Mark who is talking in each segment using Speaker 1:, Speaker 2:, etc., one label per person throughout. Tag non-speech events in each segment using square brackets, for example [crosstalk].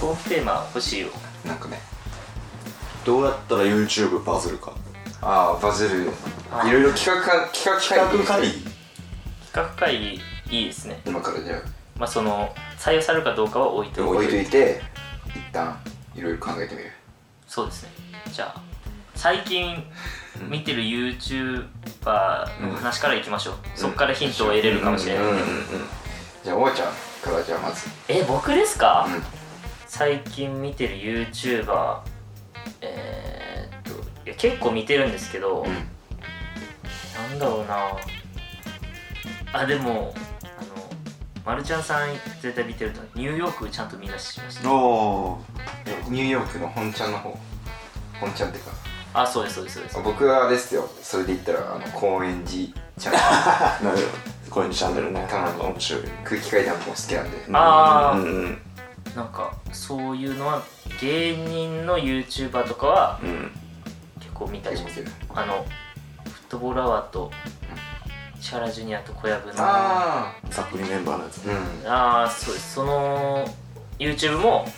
Speaker 1: トークテーマ欲しいよ
Speaker 2: なんかね
Speaker 3: どうやったら YouTube バズるか
Speaker 2: ああバズる
Speaker 1: あ
Speaker 2: いろいろ企画か企画会議
Speaker 3: 企画会
Speaker 1: 企
Speaker 3: 議
Speaker 1: 画会議いいですね
Speaker 2: 今からじゃ
Speaker 1: まあその採用されるかどうかは置いて
Speaker 2: あ
Speaker 1: お
Speaker 2: 置
Speaker 1: い
Speaker 2: い
Speaker 1: て
Speaker 2: といて一旦いろいろ考えてみる
Speaker 1: そうですねじゃあ最近見てる YouTuber の話からいきましょう、そっからヒントを得れるかもしれない、
Speaker 2: うんうんうんじゃあおばちゃんからじゃあまず
Speaker 1: え僕ですか、
Speaker 2: うん
Speaker 1: 最近見てる YouTuber えー、っといや結構見てるんですけど、なんだろうなあでもあのまるちゃんさん絶対見てるとニューヨークちゃんと見出しました
Speaker 3: お
Speaker 2: ニューヨークの本ちゃんの方本ちゃんっていうか
Speaker 1: あそうですそうですそうです
Speaker 2: 僕はあれですよそれで言ったらあの高円寺 [laughs] ちゃん
Speaker 3: あなるほどこういうチャンネルね
Speaker 2: たまに
Speaker 3: 面白いよね
Speaker 2: 空気階段も好きなんで
Speaker 1: あー
Speaker 3: うんうん
Speaker 1: なんかそういうのは芸人の YouTuber とかは
Speaker 3: うん
Speaker 1: 結構見たり
Speaker 2: 結
Speaker 1: し
Speaker 2: 構
Speaker 1: ま
Speaker 2: 見
Speaker 1: す
Speaker 2: てる
Speaker 1: あのフットボールアワーと石原ジュニアと小籔のあ
Speaker 2: あ
Speaker 3: ざっくりメンバーのやつ
Speaker 2: あうん
Speaker 1: あーそうですその YouTube も、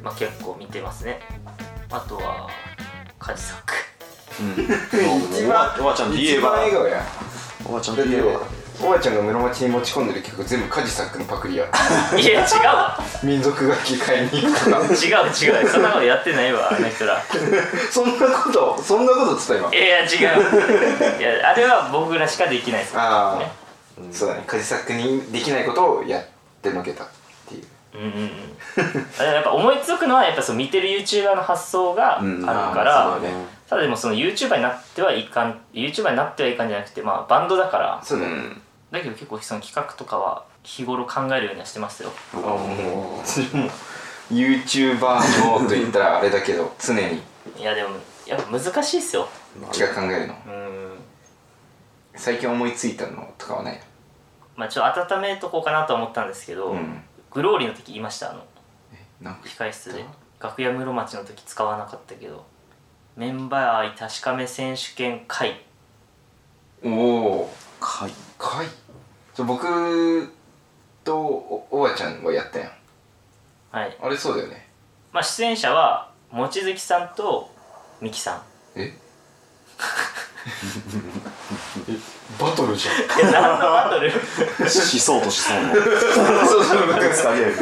Speaker 2: う
Speaker 1: まあ、結構見てますねあとはカジサック
Speaker 2: 一番
Speaker 3: おばちゃんといえ
Speaker 2: 一番
Speaker 3: ば
Speaker 2: 笑顔や
Speaker 3: おばちゃん
Speaker 2: だ
Speaker 3: と
Speaker 2: っ
Speaker 3: い
Speaker 2: て
Speaker 3: えば
Speaker 2: おばちゃんが室町に持ち込んでる曲全部カジサックのパク [laughs] リや
Speaker 1: [laughs] いや違うわ
Speaker 2: 民族楽器買いに行くとか
Speaker 1: 違う違うそんなことやってないわあの人ら
Speaker 2: そんなことそんなことっつった今
Speaker 1: いや違ういやあれは僕らしかできないです
Speaker 2: ああ、そうだねカジサックにできないことをやってのけたっていう
Speaker 1: うんうんうんあでもやっぱ思いつくのはやっぱその見てる YouTuber の発想があ
Speaker 3: うん
Speaker 1: るから、
Speaker 2: あーそうだね
Speaker 1: ただでもその YouTuber になってはいかん YouTuber になってはいかんじゃなくてまあバンドだから
Speaker 2: そう
Speaker 3: う
Speaker 2: だね、
Speaker 3: ん
Speaker 1: だけど結構その企画とかは日頃考えるようにはしてますよ
Speaker 2: あもうそれも YouTuber のと言ったらあれだけど常に
Speaker 1: いやでもやっぱ難しいっすよ
Speaker 2: 違う考えるの
Speaker 1: うん
Speaker 2: 最近思いついたのとかはない
Speaker 1: まあちょっと温めとこうかなとは思ったんですけど、
Speaker 2: うん
Speaker 1: グローリーの時言いましたあの
Speaker 2: なんか
Speaker 1: 控室で楽屋室町の時使わなかったけどメンバー愛確かめ選手権会
Speaker 2: おお
Speaker 3: かい
Speaker 2: かいそう僕とおおばちゃんはやったやん
Speaker 1: はい
Speaker 2: あれそうだよね
Speaker 1: まあ、出演者は望月さんと美樹さん
Speaker 2: [laughs] えバトルじゃん
Speaker 1: え何のバトル
Speaker 3: しそうとしそうの
Speaker 2: [laughs] そうそうなんか
Speaker 3: 疲れる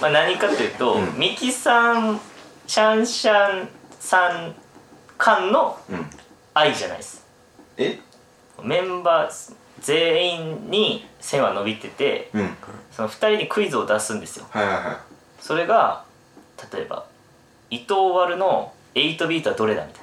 Speaker 1: まあ何かというと、美樹さんシャンシャンさん間の
Speaker 2: うん
Speaker 1: 愛じゃないです
Speaker 2: え
Speaker 1: メンバー全員に線は伸びてて
Speaker 2: うん
Speaker 1: その2人にクイズを出すんですよ
Speaker 2: はいはいはい
Speaker 1: それが例えば伊藤割の8ビートはどれだみたいな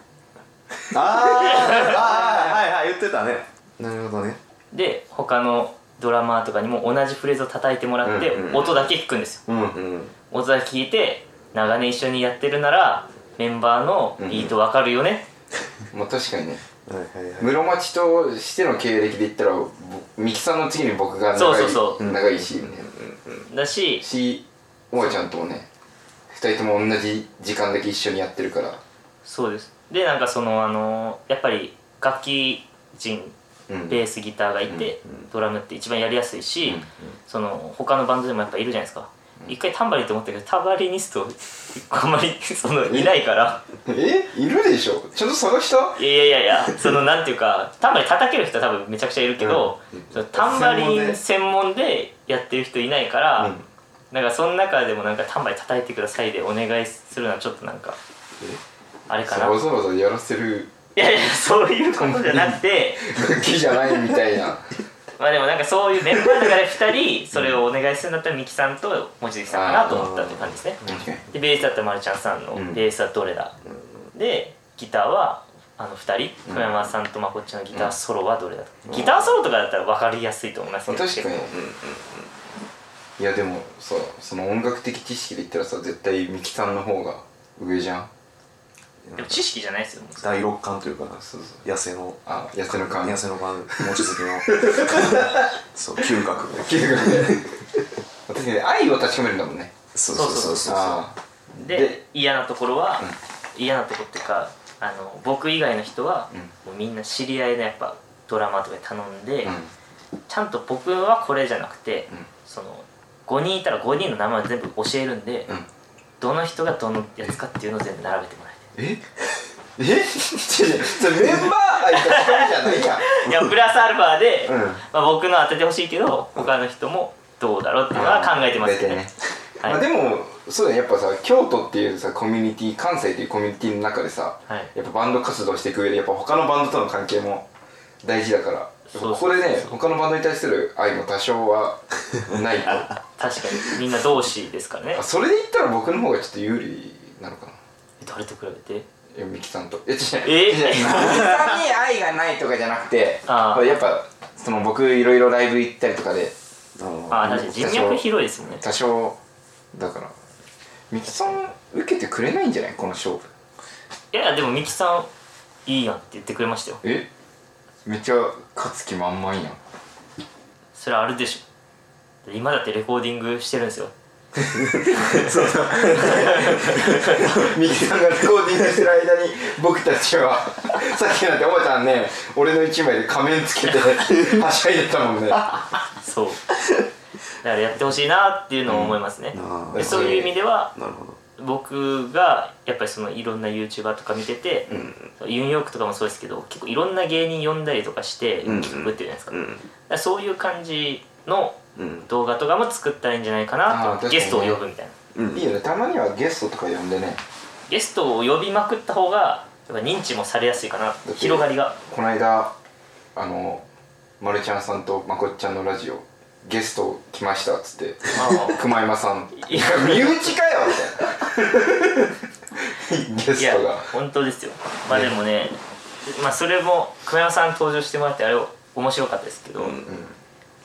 Speaker 3: あーあーはいはい言ってたねなるほどね
Speaker 1: で他のドラマーとかにも同じフレーズを叩いてもらって
Speaker 2: うんうんうん
Speaker 1: 音だけ聞くんですよ、
Speaker 2: うん
Speaker 3: うん
Speaker 1: 小沢聞いて長年一緒にやってるならメンバーのビートわかるよね、
Speaker 2: まあ確かにね
Speaker 3: はいはいはい
Speaker 2: 室町としての経歴で言ったらぼミキさんの次に僕が長い
Speaker 1: そうそうそう
Speaker 2: 長いし、ね
Speaker 1: だし
Speaker 2: しおばちゃんともね二人とも同じ時間だけ一緒にやってるから
Speaker 1: そうですでなんかそのあのやっぱり楽器人
Speaker 2: うん
Speaker 1: ベースギターがいて、ドラムって一番やりやすいし、その他のバンドでもやっぱいるじゃないですか、一回タンバリンと思ったけどタンバリニストあんまりそのいないから
Speaker 2: えいるでしょちゃんと探し
Speaker 1: い
Speaker 2: た
Speaker 1: やいやいやいやそのなんていうかタンバリン叩ける人は多分めちゃくちゃいるけど、そのタンバリン専門でやってる人いないから、なんかその中でもなんかタンバリン叩いてくださいでお願いするのはちょっとなんかあれかな
Speaker 2: わざわざやらせる
Speaker 1: いやいやそういうことじゃなくて
Speaker 2: 楽器じゃないみた
Speaker 1: [laughs]
Speaker 2: いな
Speaker 1: まあでもなんかそういうメンバーの中で2人それをお願いするんだったらミキさんと望月さんかなと思ったって感じですね
Speaker 2: 確かに
Speaker 1: でベースだったらまるちゃんさんの
Speaker 2: ん
Speaker 1: ベースはどれだ、でギターはあの2人熊山さんとまこっちのギターソロはどれだと、ギターソロとかだったら分かりやすいと思いますけ
Speaker 2: 確
Speaker 1: ど
Speaker 2: かに、いやでもさその音楽的知識で言ったらさ絶対ミキさんの方が上じゃん
Speaker 1: でも知識じゃないですよもう
Speaker 3: 第六感というかな
Speaker 2: そうそ
Speaker 3: 痩せの
Speaker 2: あ痩せの感
Speaker 3: 痩せの感望月 [laughs] のそう嗅覚
Speaker 2: 気づ
Speaker 1: [laughs]
Speaker 2: くね確かに愛を確かめるんだもんね
Speaker 3: そうそうそうそう
Speaker 2: あ
Speaker 1: で
Speaker 2: で
Speaker 1: 嫌なところは、嫌なところっていうかあの僕以外の人は、もうみんな知り合いのやっぱドラマとかに頼んで、
Speaker 2: あ
Speaker 1: ちゃんと僕はこれじゃなくて、その5人いたら5人の名前を全部教えるんで、
Speaker 2: うん
Speaker 1: どの人がどのやつかっていうのを全部並べてもらい
Speaker 2: え [laughs] え違う違うそれメンバー愛と一人じゃないやん
Speaker 1: たい [laughs] いやプラスアルファで、
Speaker 3: うん
Speaker 1: まあ、僕の当ててほしいけど他の人もどうだろうっていうのは考えてますけどね
Speaker 2: まあ、でもそうだねやっぱさ京都っていうさコミュニティ関西というコミュニティの中でさ、
Speaker 1: はい
Speaker 2: やっぱバンド活動していく上でやっぱ他のバンドとの関係も大事だからやっぱここ
Speaker 1: そ
Speaker 2: で
Speaker 1: うそう
Speaker 2: ね
Speaker 1: そうそう
Speaker 2: 他のバンドに対する愛も多少はない
Speaker 1: [laughs]
Speaker 2: とあ
Speaker 1: 確かにみんな同士ですからね
Speaker 2: それで言ったら僕の方がちょっと有利なのかな
Speaker 1: 誰と比べて
Speaker 2: えみきさんとえ違う
Speaker 1: え
Speaker 2: 違うみきさんに愛がないとかじゃなくて
Speaker 1: あー
Speaker 2: やっぱその僕いろいろライブ行ったりとかで
Speaker 1: あ
Speaker 3: あ
Speaker 1: あ確かに人脈広いですもんね
Speaker 2: 多少だからみきさん受けてくれないんじゃないこの勝負
Speaker 1: いやでもみきさんいいやんって言ってくれましたよ
Speaker 2: えめっちゃ勝つ気満々やん
Speaker 1: それあるでしょ今だってレコーディングしてるんですよ
Speaker 2: [laughs] ミキさんがレコーディングしてる間に僕たち [laughs] はさっきなんておばちゃんね俺の一枚で仮面つけてはしゃいでたもんね
Speaker 1: そうだからやってほしいなっていうのを思いますね、
Speaker 3: うん
Speaker 1: でそういう意味では
Speaker 3: なるほど
Speaker 1: 僕がやっぱりそのいろんな YouTuber とか見てて、ユニヨークとかもそうですけど結構いろんな芸人呼んだりとかして
Speaker 3: うんうん
Speaker 1: 企画ってるじゃないですか,、
Speaker 3: う
Speaker 1: だ
Speaker 3: ん
Speaker 1: からそういう感じの
Speaker 3: うん
Speaker 1: 動画とかも作ったらいいんじゃないか
Speaker 2: あー
Speaker 1: な
Speaker 2: 確
Speaker 1: と
Speaker 2: かにね
Speaker 1: ゲストを呼ぶみたいない
Speaker 2: いよねたまにはゲストとか呼んでね
Speaker 1: ゲストを呼びまくった方がやっぱ認知もされやすいかな
Speaker 2: て
Speaker 1: 広がりが
Speaker 2: この間あのまるちゃんさんとまこっちゃんのラジオゲスト来ましたっつって [laughs]
Speaker 1: まあまあ
Speaker 2: 熊山さん
Speaker 1: いや
Speaker 2: 身内かよみたいな [laughs] ゲ
Speaker 1: い
Speaker 2: ス
Speaker 1: や
Speaker 2: トが
Speaker 1: 本当ですよまあでもねまあそれも熊山さん登場してもらってあれ面白かったですけど、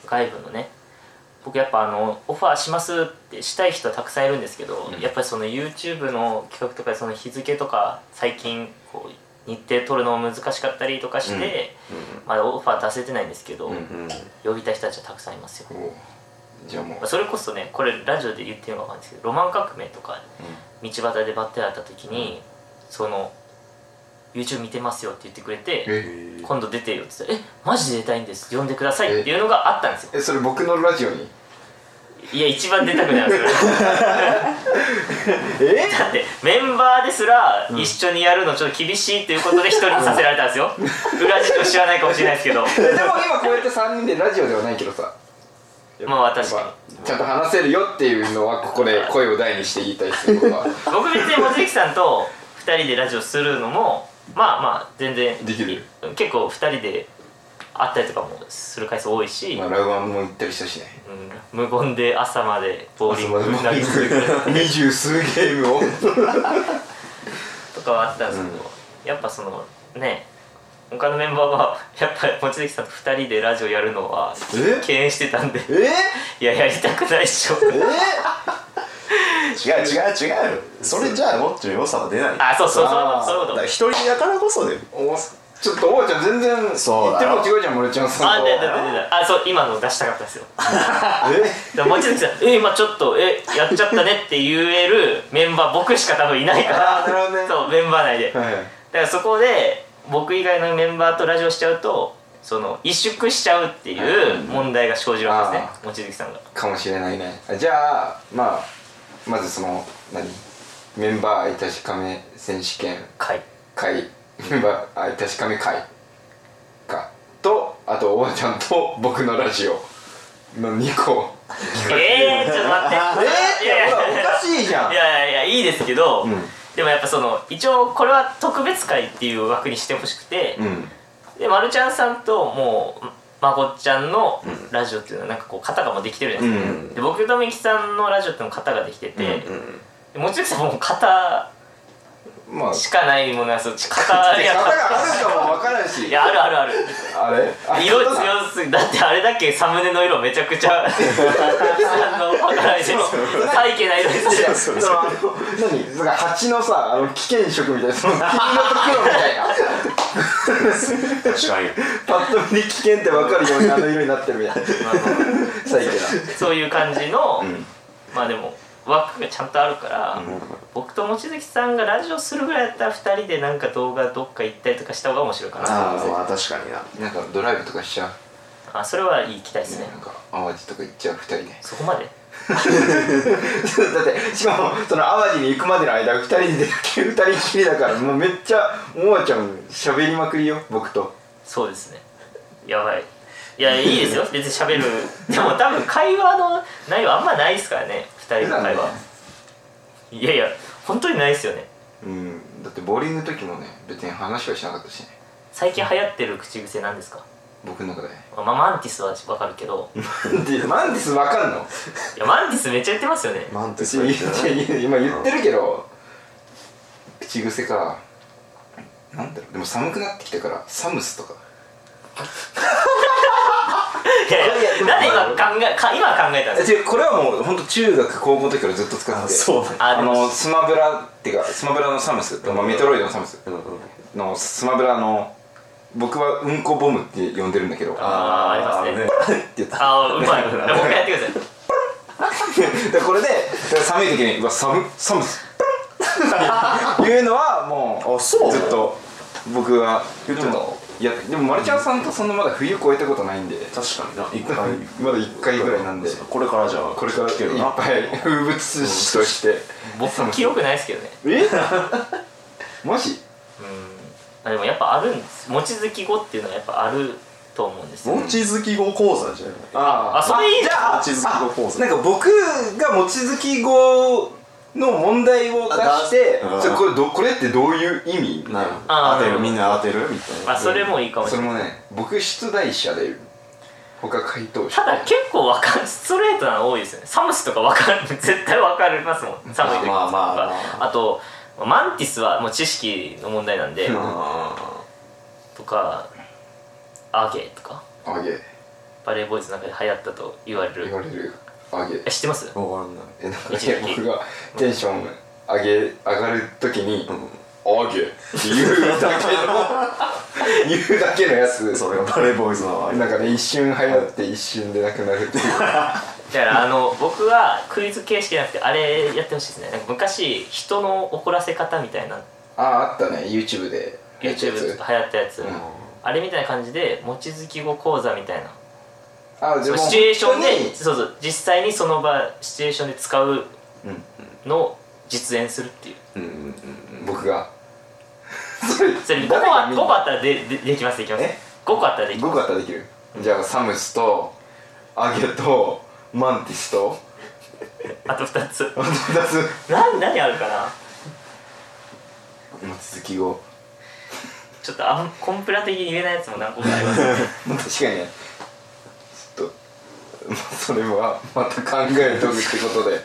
Speaker 1: 外部のね僕やっぱあのオファーしますってしたい人はたくさんいるんですけど、やっぱりその YouTube の企画とかその日付とか最近こう日程取るのも難しかったりとかして、まだオファー出せてないんですけど、
Speaker 2: ん
Speaker 3: うん
Speaker 1: 呼びたい人たちはたくさんいますよ、
Speaker 2: おうじゃあもう
Speaker 1: まあそれこそねこれラジオで言ってるのかわかんないですけどロマン革命とか道端でバッテリー会った時に、その YouTube 見てますよって言ってくれて
Speaker 2: え
Speaker 1: 今度出てよって言ったら「えマジで出たいんです呼んでください」っていうのがあったんですよ
Speaker 2: えそれ僕のラジオ
Speaker 1: [laughs]
Speaker 2: に
Speaker 1: いや一番出たく [laughs] ないそれだってメンバーですら一緒にやるのちょっと厳しいということで一人にさせられたんですよ裏事情知らないかもしれないですけど [laughs]
Speaker 2: えでも今こうやって3人でラジオではないけどさ
Speaker 1: まあ
Speaker 2: やっ
Speaker 1: 確か
Speaker 2: ぱちゃんと話せるよっていうのはここで声を大にして言いたいです僕
Speaker 1: [laughs]
Speaker 2: は
Speaker 1: に僕別に望月さんと2人でラジオするのもまあまあ全然
Speaker 2: できる
Speaker 1: 結構2人で会ったりとかもする回数多いし、
Speaker 2: まあラウアンも言ったりしたしね
Speaker 1: うん、無言で朝までボーリング投げ続ける
Speaker 2: [laughs] 二十数ゲームを
Speaker 1: とかはあったんですけど、やっぱそのね他のメンバーはやっぱり望月さんと2人でラジオやるのは
Speaker 2: え
Speaker 1: 敬遠してたんで
Speaker 2: ええ
Speaker 1: いややりたくないっしょ
Speaker 3: 違う違う違うそれじゃあもっと良さは出ない
Speaker 1: あそうそう
Speaker 2: あ
Speaker 1: そ
Speaker 2: ー
Speaker 1: うそういうこ
Speaker 3: だ
Speaker 1: と
Speaker 3: から一人だからこそで
Speaker 2: おちょっとおばちゃん全然言って
Speaker 3: そうだよ
Speaker 2: も違うじゃん森ちゃんさ
Speaker 1: あ
Speaker 2: ん
Speaker 1: で
Speaker 2: と
Speaker 1: ででであそう今の出したかったですよだか
Speaker 2: え
Speaker 1: ら望月さん「え今ちょっとえやっちゃったね」って言えるメンバー僕しか多分いないから
Speaker 2: あーなるほどね
Speaker 1: そうメンバー内で、
Speaker 2: はい
Speaker 1: だからそこで僕以外のメンバーとラジオしちゃうとその萎縮しちゃうっていう問題が生じるわけですね望月さんが
Speaker 2: かもしれないねあじゃあまあまずその何メンバー愛確かめ選手権
Speaker 1: はい
Speaker 2: 会メンバー愛確かめ会かとあとおばちゃんと僕のラジオの2個
Speaker 1: えー、ちょっと待って
Speaker 2: え
Speaker 1: いやいや
Speaker 2: ほらおかしいじゃん
Speaker 1: いやいやいやいいですけど、
Speaker 3: ん
Speaker 1: でもやっぱその一応これは特別会っていう枠にしてほしくて、
Speaker 3: ん
Speaker 1: でまるちゃんさんともうまこっちゃんのラジオっていうのはなんかこう型がもうできてるじゃないですか、
Speaker 3: うん
Speaker 1: で僕とみきさんのラジオっていうのも型ができてて、
Speaker 3: うん
Speaker 1: でもちろんさんもう型
Speaker 2: まあ
Speaker 1: しかないものはそ [laughs] っち型
Speaker 2: 型
Speaker 1: や
Speaker 2: があるかもわからんし
Speaker 1: いやあるあるある
Speaker 2: あれあ
Speaker 1: 色
Speaker 2: そうだ
Speaker 1: 強すぎだってあれだけサムネの色めちゃくちゃあのわからないです背景な色ですよ
Speaker 3: そう
Speaker 2: そ
Speaker 3: そう
Speaker 2: のあの何なんか蜂のさあの危険色みたいな [laughs] その黄色と黒みたいな
Speaker 3: 確かに
Speaker 2: パッと見危険ってわかるようにあの色になってる [laughs] みたいな
Speaker 1: まあまあ
Speaker 2: 最近
Speaker 1: そういう感じの、まあでも枠がちゃんとあるから、僕と望月さんがラジオするぐらいだったら2人でなんか動画どっか行ったりとかした方が面白いかな
Speaker 3: [laughs] ああまあ確かにな
Speaker 2: ななんかドライブとかしちゃう
Speaker 1: あそれはいい期待ですね、
Speaker 2: なんか淡路とか行っちゃう2人で
Speaker 1: そこまで
Speaker 2: [laughs] だってしかもその淡路に行くまでの間二人で二人きりだからもうめっちゃももちゃん喋りまくりよ僕と
Speaker 1: そうですねやばいいやいいですよ [laughs] 別に喋るでも多分会話の内容あんまないですからね2人の会話いやいや本当にないですよね
Speaker 2: うんだってボーリングの時もね別に話はしなかったしね
Speaker 1: 最近流行ってる口癖なんですか
Speaker 2: 僕の中 [laughs] で
Speaker 1: まあマンティスは分かるけど
Speaker 2: でマンディスわかんの
Speaker 1: いやマンティスめっちゃ言ってますよね
Speaker 3: マンテ
Speaker 2: 私
Speaker 3: スは
Speaker 2: 言
Speaker 3: 言
Speaker 2: っ
Speaker 3: [laughs] ってない
Speaker 2: て今言ってるけど口癖かなんだろうでも寒くなってきたからサムスとか
Speaker 1: いやいやなんで今考えか今考えた [laughs] んですか
Speaker 2: 違うこれはもう本当中学高校の時からずっと使って
Speaker 3: あ
Speaker 2: て
Speaker 3: そうなんだ
Speaker 2: あ
Speaker 1: あでも
Speaker 2: のスマブラっていうかスマブラのサムス、まあ、メトロイドのサムス
Speaker 3: うんうん
Speaker 2: のスマブラの僕はうんこボムって呼んでるんだけど
Speaker 1: あーありますね
Speaker 3: ー
Speaker 2: って言っただか
Speaker 1: ああう [laughs] まいもう一回やってください
Speaker 2: らこれで寒い時に「うわ寒っ寒っ」 [laughs] っていうのはもう
Speaker 3: あそう
Speaker 2: ずっと僕は
Speaker 3: 言ってた
Speaker 2: でもいやでもマルちゃんさんとそんなまだ冬越えたことないんで
Speaker 3: 確かにな一回
Speaker 2: まだ1回ぐらいなんで
Speaker 3: これからじゃあ
Speaker 2: これからい
Speaker 3: 来てる
Speaker 2: っ
Speaker 3: な
Speaker 2: ぱい風物詩として
Speaker 1: 僕も記憶ないですけどね
Speaker 2: えマジ
Speaker 1: うんあでもやっぱあるんです望月語っていうのはやっぱあると思うんですよ
Speaker 3: 望月語講座じゃない
Speaker 2: あ
Speaker 1: あそれいいじゃん
Speaker 3: 望月語講座
Speaker 2: なんか僕が望月語の問題を出して
Speaker 3: あ出す
Speaker 2: それこれどこれってどういう意味みたいな
Speaker 3: なるほど
Speaker 1: あー
Speaker 3: 当
Speaker 1: なる
Speaker 3: てる
Speaker 1: ほど
Speaker 3: みんな当てるみたいな
Speaker 1: あそれもいいかもし
Speaker 2: そ
Speaker 1: れ
Speaker 2: れ
Speaker 1: ない
Speaker 2: もね僕出題者で他回答者
Speaker 1: ただ結構わかんストレートなの多いですよねサムスとかわかる [laughs] 絶対わかりますもん寒い時とか、
Speaker 3: まあまあま
Speaker 1: あとマンティスはもう知識の問題なんで、
Speaker 2: うん
Speaker 3: あ
Speaker 1: とかアゲとか
Speaker 2: あげ
Speaker 1: バレーボーイズの中で流行ったと言われる
Speaker 2: 言われるあげ
Speaker 1: え知ってます
Speaker 3: ーわかんない
Speaker 2: えなんか
Speaker 1: 一撃
Speaker 2: 僕がテンション上げ上がるときに
Speaker 3: うん
Speaker 2: 「あげ」って言うだけの [laughs] 言うだけのやつ
Speaker 3: それがバレーボーイズの
Speaker 2: なんかね一瞬流行って一瞬でなくなる
Speaker 1: [laughs]
Speaker 2: っていう
Speaker 1: だからあの僕はクイズ形式じゃなくてあれやってほしいですねなんか昔人の怒らせ方みたいな
Speaker 2: あああったね YouTube で
Speaker 1: YouTube 流行ったやつ、
Speaker 2: ん
Speaker 1: あれみたいな感じで望月語講座みたいな
Speaker 2: あじゃあも
Speaker 1: シ
Speaker 2: う
Speaker 1: チュエーション
Speaker 2: 本当に
Speaker 1: でそうそう実際にその場シチュエーションで使う
Speaker 2: うん
Speaker 1: のを実演するっていう
Speaker 3: うんうんうん
Speaker 2: 僕がそれ
Speaker 1: [laughs] それ5個
Speaker 2: 誰が
Speaker 1: は
Speaker 2: 見
Speaker 1: 5
Speaker 2: る
Speaker 1: 個あったらででできますできます
Speaker 2: え
Speaker 1: 5個あったらでき
Speaker 2: 5
Speaker 1: ま
Speaker 2: 個あったらできるじゃあサムスとアゲとマンティスと [laughs]
Speaker 1: すあと2つ [laughs]
Speaker 2: あと2つ
Speaker 1: 何何あるかな
Speaker 2: まあ続きを
Speaker 1: ちょっとあんコンプラ的に言えないやつも何個かあります [laughs] ね
Speaker 2: 確かにねちょっと、まあ、それはまた考えとくってことで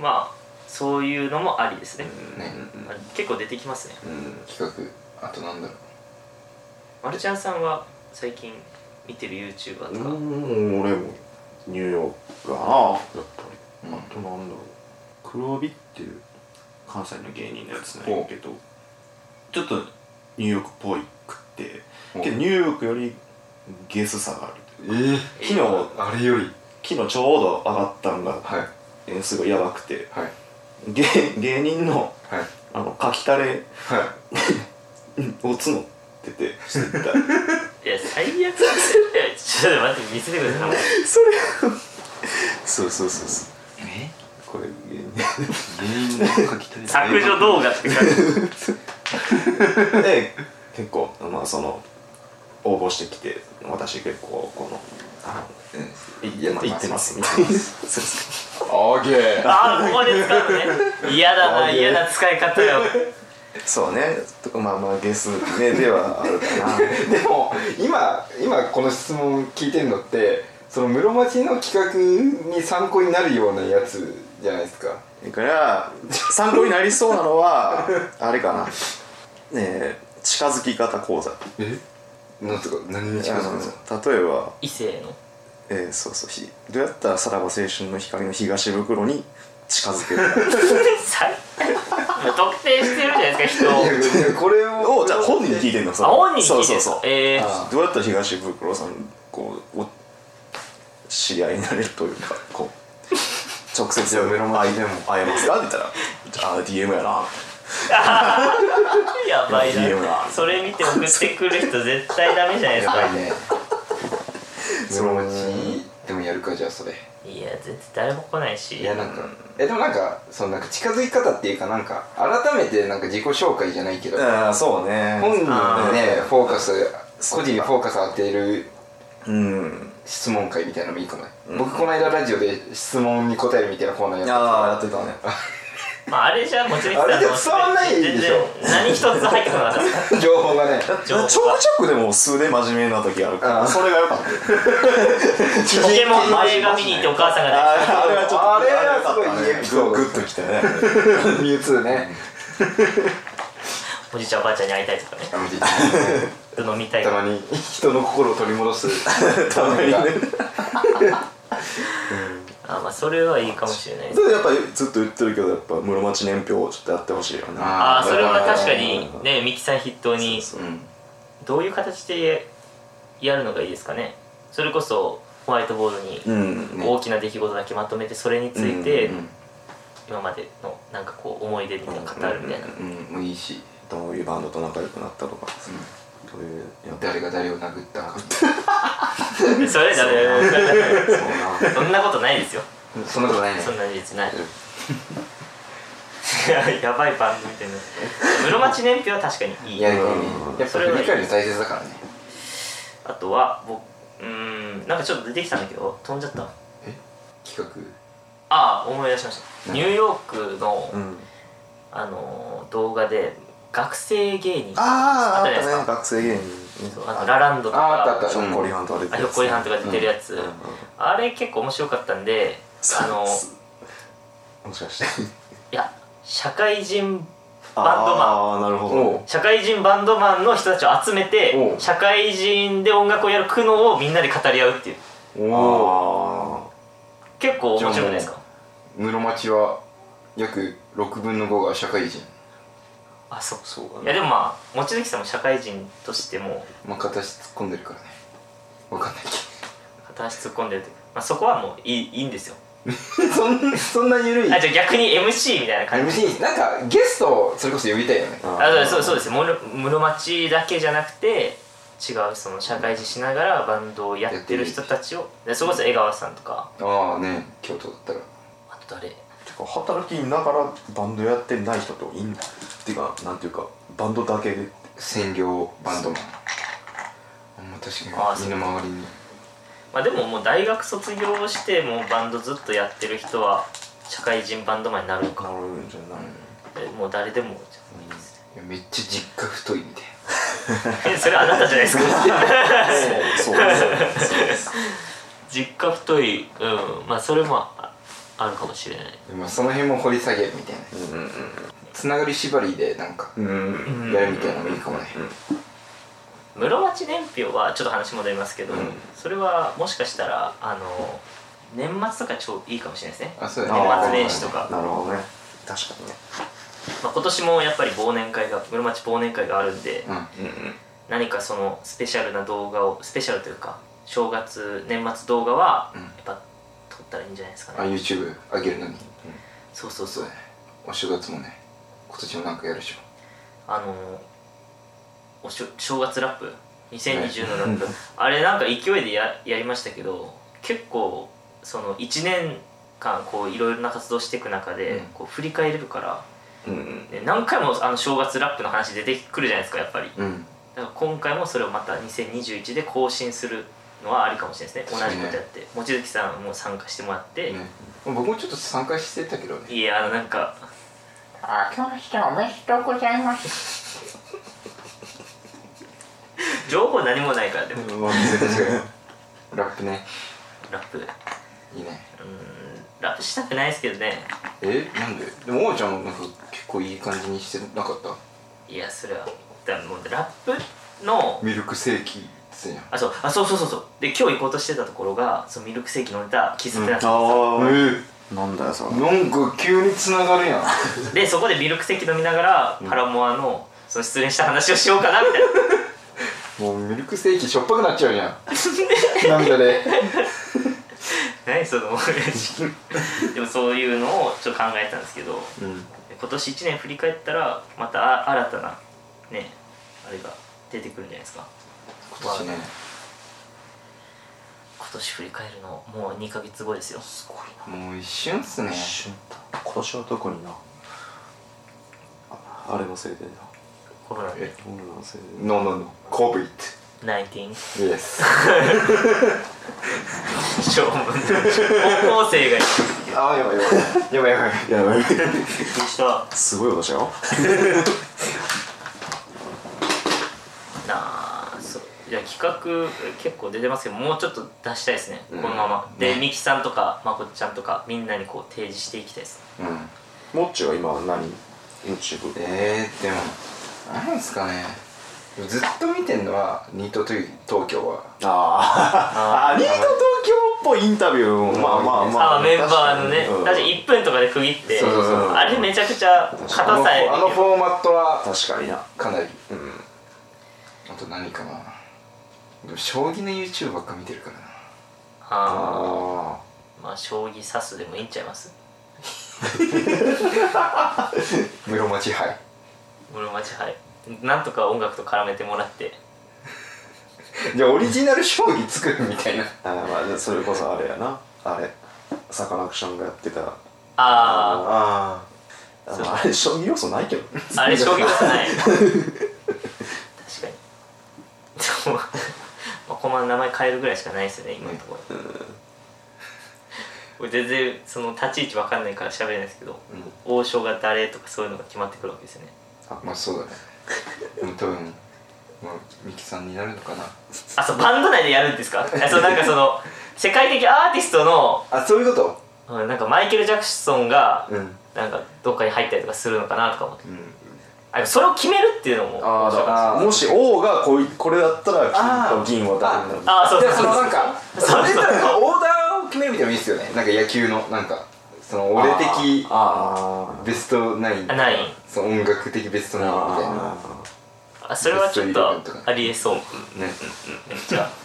Speaker 1: まあそういうのもありですね、
Speaker 2: ね
Speaker 1: まあ結構出てきますね
Speaker 2: 企画あとなんだろう
Speaker 1: マルちゃんさんは最近見てる YouTuber とか、
Speaker 3: うん俺もニューヨークかなやっぱり、
Speaker 2: うん
Speaker 3: あとなんだろう黒帯っていう関西の芸人のやつなんやけどちょっとニューヨークっぽいくって
Speaker 2: お
Speaker 3: けどニューヨークよりゲスさがある
Speaker 2: えー、
Speaker 1: え
Speaker 3: 昨日
Speaker 2: あれより
Speaker 3: 昨日ちょうど上がったんが、
Speaker 2: はい
Speaker 3: えーすごいやばくて
Speaker 2: はい
Speaker 3: 芸 [laughs] 芸人の
Speaker 2: はい
Speaker 3: あの書きたれ
Speaker 2: はい
Speaker 3: を募っててしてた
Speaker 1: いや最悪ですよちょっと待って見せてください
Speaker 3: それ [laughs] そうそうそうそう
Speaker 2: え
Speaker 3: これ芸人 [laughs]
Speaker 2: 芸人の書きたい
Speaker 1: 削除動画って感じ
Speaker 3: で結構まあその応募してきて私結構このあのいやまあ行ってますみたいな
Speaker 2: あげー
Speaker 1: ああここで使うのね嫌だな
Speaker 3: あー
Speaker 1: 嫌な使い方よ
Speaker 3: [laughs] そうねとかまあまあゲスねではある [laughs] か
Speaker 2: でも今今この質問聞いてるのってその室町の企画に参考になるようなやつじゃないですか
Speaker 3: なだから参考になりそうなのはあれかなねえ近づき方講座
Speaker 2: えなんとか何に近づくんですか
Speaker 3: あの例えば、
Speaker 1: 異性の
Speaker 3: えーそうそうひどうやったらさらば青春の光の東袋に近づける
Speaker 1: 最悪特定してるじゃないですか人を
Speaker 2: いやこれ
Speaker 3: か
Speaker 2: を
Speaker 3: をじゃあ本人に聞いてんのそ
Speaker 1: あ
Speaker 3: れ
Speaker 1: 本人
Speaker 3: そ
Speaker 1: 聞
Speaker 3: う
Speaker 1: いて
Speaker 3: そ
Speaker 1: る
Speaker 3: うそう
Speaker 1: えー、
Speaker 2: あ
Speaker 3: どうやったら東ブクロさんこうお知り合いになれるというかこう直接
Speaker 2: いや目の前でも
Speaker 3: 会えますかって言ったら「ああ DM やな
Speaker 1: やばい
Speaker 3: いやいやい
Speaker 1: な
Speaker 3: や
Speaker 1: それ見て
Speaker 2: [laughs]
Speaker 1: 送ってくる人絶対ダメじゃないです
Speaker 2: や
Speaker 1: か
Speaker 2: ばいね室町でもやるかじゃあそれ
Speaker 1: いや全然誰も来ないし
Speaker 2: いやなんかえでもなんかそのなんか近づき方っていうかなんか改めてなんか自己紹介じゃないけど
Speaker 3: ああそうね
Speaker 2: 本人
Speaker 1: あ
Speaker 2: のねフォーカス
Speaker 3: そ
Speaker 2: 個
Speaker 3: う
Speaker 2: 人にフォーカス当てる
Speaker 3: うん
Speaker 2: 質問会みたいなのもいいかもね、
Speaker 3: うん
Speaker 2: 僕この間ラジオで質問に答えるみたいなコーナーやってた
Speaker 3: ああやってたね
Speaker 1: まああれじゃもちろん
Speaker 2: あれで伝わんないでしょ
Speaker 1: 何一つ入ってこな
Speaker 2: [laughs]
Speaker 1: かったですか
Speaker 2: 情報 [laughs] がね
Speaker 1: ら
Speaker 3: ちょくちょくでも素で真面目な時あるか
Speaker 2: あー
Speaker 3: らそれが良かった
Speaker 1: ポケモンの映画見に行ってお母さんがね
Speaker 3: あれはちょっと
Speaker 2: あれはすごいいいエピソード
Speaker 3: グッときたね
Speaker 2: ミュウツーね
Speaker 1: おじいちゃんおばあちゃんに会いたいとかね
Speaker 2: あの実 [laughs] はね
Speaker 1: ずっと飲みたい
Speaker 2: たまに人の心を取り戻す [laughs]
Speaker 3: たまにね
Speaker 1: あまあそれはいいかもしれないです
Speaker 3: それやっぱりずっと言ってるけどやっぱ室町年表をちょっとやってほしいよね
Speaker 1: あ
Speaker 2: あ
Speaker 1: あそれは確かにねミキさん筆頭に
Speaker 2: うん
Speaker 1: どういう形でやるのがいいですかねそれこそホワイトボードに
Speaker 3: うん
Speaker 1: 大きな出来事だけまとめてそれについて
Speaker 3: うん
Speaker 1: 今までのなんかこう思い出みたいなの語るみたいな
Speaker 2: うんもういいし
Speaker 3: どういうバンドと仲良くなったとかそういうやっ
Speaker 2: 誰が誰を殴ったか
Speaker 1: それだねそんなことないですよ
Speaker 2: そんなことないね
Speaker 1: そんな事実ない [laughs] やばいバンドみたいな室町年表は確かにい
Speaker 2: い
Speaker 1: い
Speaker 2: やいやいや
Speaker 3: うん
Speaker 2: やっぱ振り返るの大切だからね
Speaker 1: あとは僕うーんなんかちょっと出てきたんだけど飛んじゃった
Speaker 2: 企
Speaker 1: ああ思い出しましたニューヨークの、
Speaker 3: うん
Speaker 1: あのー動画で学生芸人
Speaker 3: あ
Speaker 1: あっ
Speaker 3: あ
Speaker 1: たじゃな
Speaker 3: あ
Speaker 1: いです
Speaker 3: ったね学生芸人
Speaker 1: そうあのラランドと
Speaker 2: 画ああったあ
Speaker 1: か
Speaker 2: った
Speaker 3: ひょっこりはんとか出て
Speaker 1: あひょっこりはんとか出てるやつ、あれ結構面白かったんであのー
Speaker 3: もしかして
Speaker 1: いや社会人バンドマン
Speaker 3: ああなるほ
Speaker 2: おう
Speaker 3: ど
Speaker 1: 社会人バンドマンの人たちを集めて
Speaker 2: おう
Speaker 1: 社会人で音楽をやる苦悩をみんなで語り合うっていう
Speaker 2: お
Speaker 3: あ
Speaker 1: 結構面白くないですか
Speaker 2: 室町は約6分の5が社会人
Speaker 1: あそう
Speaker 3: あそうか
Speaker 1: いやでもまあ望月さんも社会人としても
Speaker 2: まあ形突っ込んでるからねわかんないけ
Speaker 1: 片足突っ込んでるというか、まあ、そこはもういいいいんですよ
Speaker 2: どそんそんな緩い
Speaker 1: あじゃあ逆に MC みたいな感じ
Speaker 2: MC なんかゲストをそれこそ呼びたいよね
Speaker 1: あそうそうそう
Speaker 3: う
Speaker 1: ですもろ室町だけじゃなくて違うその社会人しながらバンドをやってる人たちをでそれこそ江川さんとか
Speaker 2: ああね京都だったら
Speaker 1: あと誰
Speaker 3: てか働きながらバンドやってない人といいんだっていうかなんていうかバンドだけで
Speaker 2: 専業バンドマンあんま確
Speaker 1: ああ
Speaker 2: かに身の回りに
Speaker 1: まあでももう大学卒業してもうバンドずっとやってる人は社会人バンドマンになるの
Speaker 3: 変
Speaker 1: か
Speaker 3: わるんじゃない
Speaker 1: えもう誰でもじゃいいです
Speaker 2: いやめっちゃ実家太いみたい
Speaker 1: ねえそれあなたじゃないですか
Speaker 3: そうそうそうです
Speaker 1: 実家太いうんまあそれもああるかもしれない
Speaker 2: なまあその辺も掘り下げるみたいなつながり縛りでなんか
Speaker 3: うんうん
Speaker 1: う
Speaker 3: うん
Speaker 2: やるみたいなのもいいかもね
Speaker 1: 室町年表はちょっと話戻りますけど、
Speaker 2: うん
Speaker 1: それはもしかしたらあの年末とか超いいかもしれないですね、
Speaker 2: あそうだね
Speaker 1: 年末年始とか
Speaker 3: なるほどね確かにね
Speaker 1: まあ、今年もやっぱり忘年会が室町忘年会があるんで、
Speaker 2: うん
Speaker 1: 何かそのスペシャルな動画をスペシャルというか正月年末動画は
Speaker 2: うん
Speaker 1: やっぱ撮ったらいいんじゃないですか
Speaker 2: あ
Speaker 1: ね、
Speaker 2: YouTube 上げるのに
Speaker 1: そうそうそ
Speaker 2: そう
Speaker 1: う
Speaker 2: だねお正月もね今年もなんかやるでしょ
Speaker 1: あのおしょ正月ラップ2020のラップ、
Speaker 3: ね
Speaker 1: [laughs] あれなんか勢いでややりましたけど結構その1年間こういろいろな活動していく中で、
Speaker 2: うん
Speaker 1: こう振り返れるから、
Speaker 3: うんうん
Speaker 1: ね何回もあの正月ラップの話出てくるじゃないですかやっぱり
Speaker 2: うん
Speaker 1: だから今回もそれをまた2021で更新するのはありかもしれないですね
Speaker 2: そう
Speaker 1: 同
Speaker 2: ね
Speaker 1: じことやって望月さんも参加してもらって、
Speaker 2: ね僕もちょっと参加してたけどね
Speaker 1: いやあのなんか
Speaker 4: あけましておめでとうございます。
Speaker 1: 情報何もないからでも、
Speaker 3: まあ
Speaker 2: 確かにラップね
Speaker 1: ラップうーん
Speaker 2: いいね
Speaker 1: ラップしたくないですけどね
Speaker 2: えなんででもおーちゃんもなんか結構いい感じにしてなかった
Speaker 1: いやそれはだからもうラップの
Speaker 2: ミルクセーキって言ってた
Speaker 1: あそうあそうそうそうそうで今日行こうとしてたところがそのミルクセーキ飲んでた喫茶店だった、
Speaker 3: あ
Speaker 2: じゃん
Speaker 3: ー
Speaker 2: え
Speaker 3: なんだよそれ
Speaker 2: なんか急に繋がるやん
Speaker 1: でそこでミルクセーキ飲みながら、パラモアのその失恋した話をしようかなみたいな
Speaker 2: もうミルクセーキしょっぱくなっちゃうじゃん涙で
Speaker 1: 何その親父でもそういうのをちょっと考えたんですけど
Speaker 2: うん
Speaker 1: 今年1年振り返ったらまたあ新たなねあれが出てくるんじゃないですか
Speaker 2: 今年ね
Speaker 1: 今年振り返るのもう2ヶ月後ですよ
Speaker 3: すごい
Speaker 2: もう一瞬っすね
Speaker 3: な一瞬だ今年は特になああれもせいでな
Speaker 1: コロナで
Speaker 3: え俺のせいで
Speaker 2: No no no COVID
Speaker 1: 19
Speaker 2: Yes
Speaker 1: しょうもない高校生が
Speaker 2: ああやばいやばいやばいやばい
Speaker 3: やばい
Speaker 1: びっくりした
Speaker 3: すごいことしたよ
Speaker 1: なあそういや企画結構出てますけどもうちょっと出したいですね、
Speaker 2: うん
Speaker 1: このままで
Speaker 2: ね
Speaker 1: みきさんとかまこっちゃんとかみんなにこう提示していきたいです
Speaker 2: うん
Speaker 3: もっちは今何 YouTube
Speaker 2: えー、でもなんですかねずっと見てんのはニートトゥイ東京は
Speaker 3: あーあーニート東京っぽいインタビューもまあまあまあ
Speaker 1: あ、メンバーのね
Speaker 3: 確かにうん
Speaker 1: だって1分とかで区切って
Speaker 2: そうそうそう
Speaker 1: あれめちゃくちゃ
Speaker 2: あ
Speaker 1: 硬
Speaker 2: の
Speaker 1: さえ
Speaker 2: あのフォーマットは
Speaker 3: 確かにな
Speaker 2: かなりうんあと何かなでも将棋の YouTube ばっか見てるからな
Speaker 1: あ
Speaker 3: あ
Speaker 1: ーまあ将棋指すでもいいんちゃいます
Speaker 2: 室町杯
Speaker 1: 室町杯なんとか音楽と絡めてもらって
Speaker 2: じゃあオリジナル将棋作るみたいな
Speaker 3: あまあそれこそあれやなあれサカナクションがやってた
Speaker 1: あ
Speaker 2: あ
Speaker 3: あのあれ将棋要素ないけど
Speaker 1: ああれ将棋ですない確かに [laughs] で [laughs] もまあ駒の名前変えるぐらいしかないですよね今のところ、これ全然その立ち位置わかんないから喋れないですけど、王将が誰とかそういうのが決まってくるわけですよね
Speaker 2: あまあそうだねでも多分まあミキさんになるのかな
Speaker 1: あそうバンド内でやるんです [laughs] かあそうなんかその世界的アーティストの
Speaker 2: あそういうこ
Speaker 1: うんなんかマイケル・ジャクソンが、
Speaker 2: とうん
Speaker 1: なんかどっかに入ったりとかするのかなとか思って
Speaker 2: うん
Speaker 1: あそれを決めるっていうのも
Speaker 3: あーだから
Speaker 2: あー
Speaker 3: もし王がこいこれだったら金
Speaker 2: あー
Speaker 3: と銀は誰になる
Speaker 1: あーそう
Speaker 2: じ
Speaker 1: そ
Speaker 2: ゃ
Speaker 1: う
Speaker 2: あ
Speaker 1: そ
Speaker 2: [laughs] そ
Speaker 1: そ
Speaker 2: うのなんかそうれ
Speaker 1: そう
Speaker 2: なんかオーダーを決めるみたいなのいいっすよねなんか野球のなんかその俺的
Speaker 3: あー
Speaker 2: ベストナイン
Speaker 1: あない
Speaker 2: その音楽的ベストナインみたいな
Speaker 3: あ
Speaker 1: あそれはちょっとありえそう
Speaker 2: ね
Speaker 1: じゃあ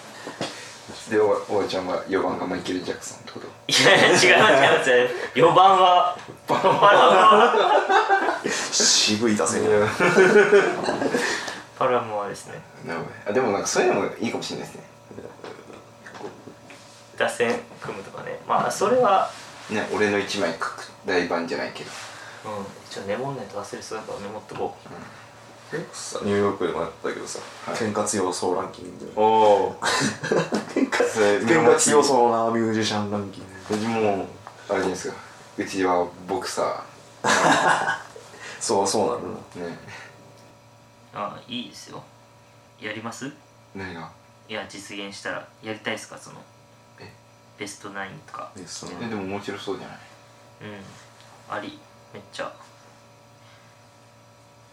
Speaker 2: でおおばちゃんは4番がマイケル・ジャクソンってこと
Speaker 1: いや違う違う違う4番はバロモア
Speaker 3: ー渋い打線
Speaker 2: い
Speaker 3: や
Speaker 2: や
Speaker 1: バロモアですね
Speaker 2: なるほどねあでもなんかそういうのもいいかもしれないです
Speaker 1: 打線組むとかねまあそれは
Speaker 2: ねね俺の一枚拡大版じゃないけど
Speaker 1: うん一応メモんないと忘れそうだからメモっとこう
Speaker 3: さニューヨークでもやったけどさ
Speaker 2: はい
Speaker 3: 喧嘩強そうランキング
Speaker 2: おお
Speaker 3: 喧嘩
Speaker 2: それ
Speaker 3: 喧嘩強そうなミュージシャンランキング
Speaker 2: もうあれじゃないですかうちはボクサ
Speaker 3: そうそうなるな
Speaker 2: ーね
Speaker 1: あいいですよやります
Speaker 2: 何が
Speaker 1: いや実現したらやりたいですかその
Speaker 2: え
Speaker 1: ベストナインとか
Speaker 3: でその
Speaker 2: えでも面白そうじゃない
Speaker 1: うんありめっちゃ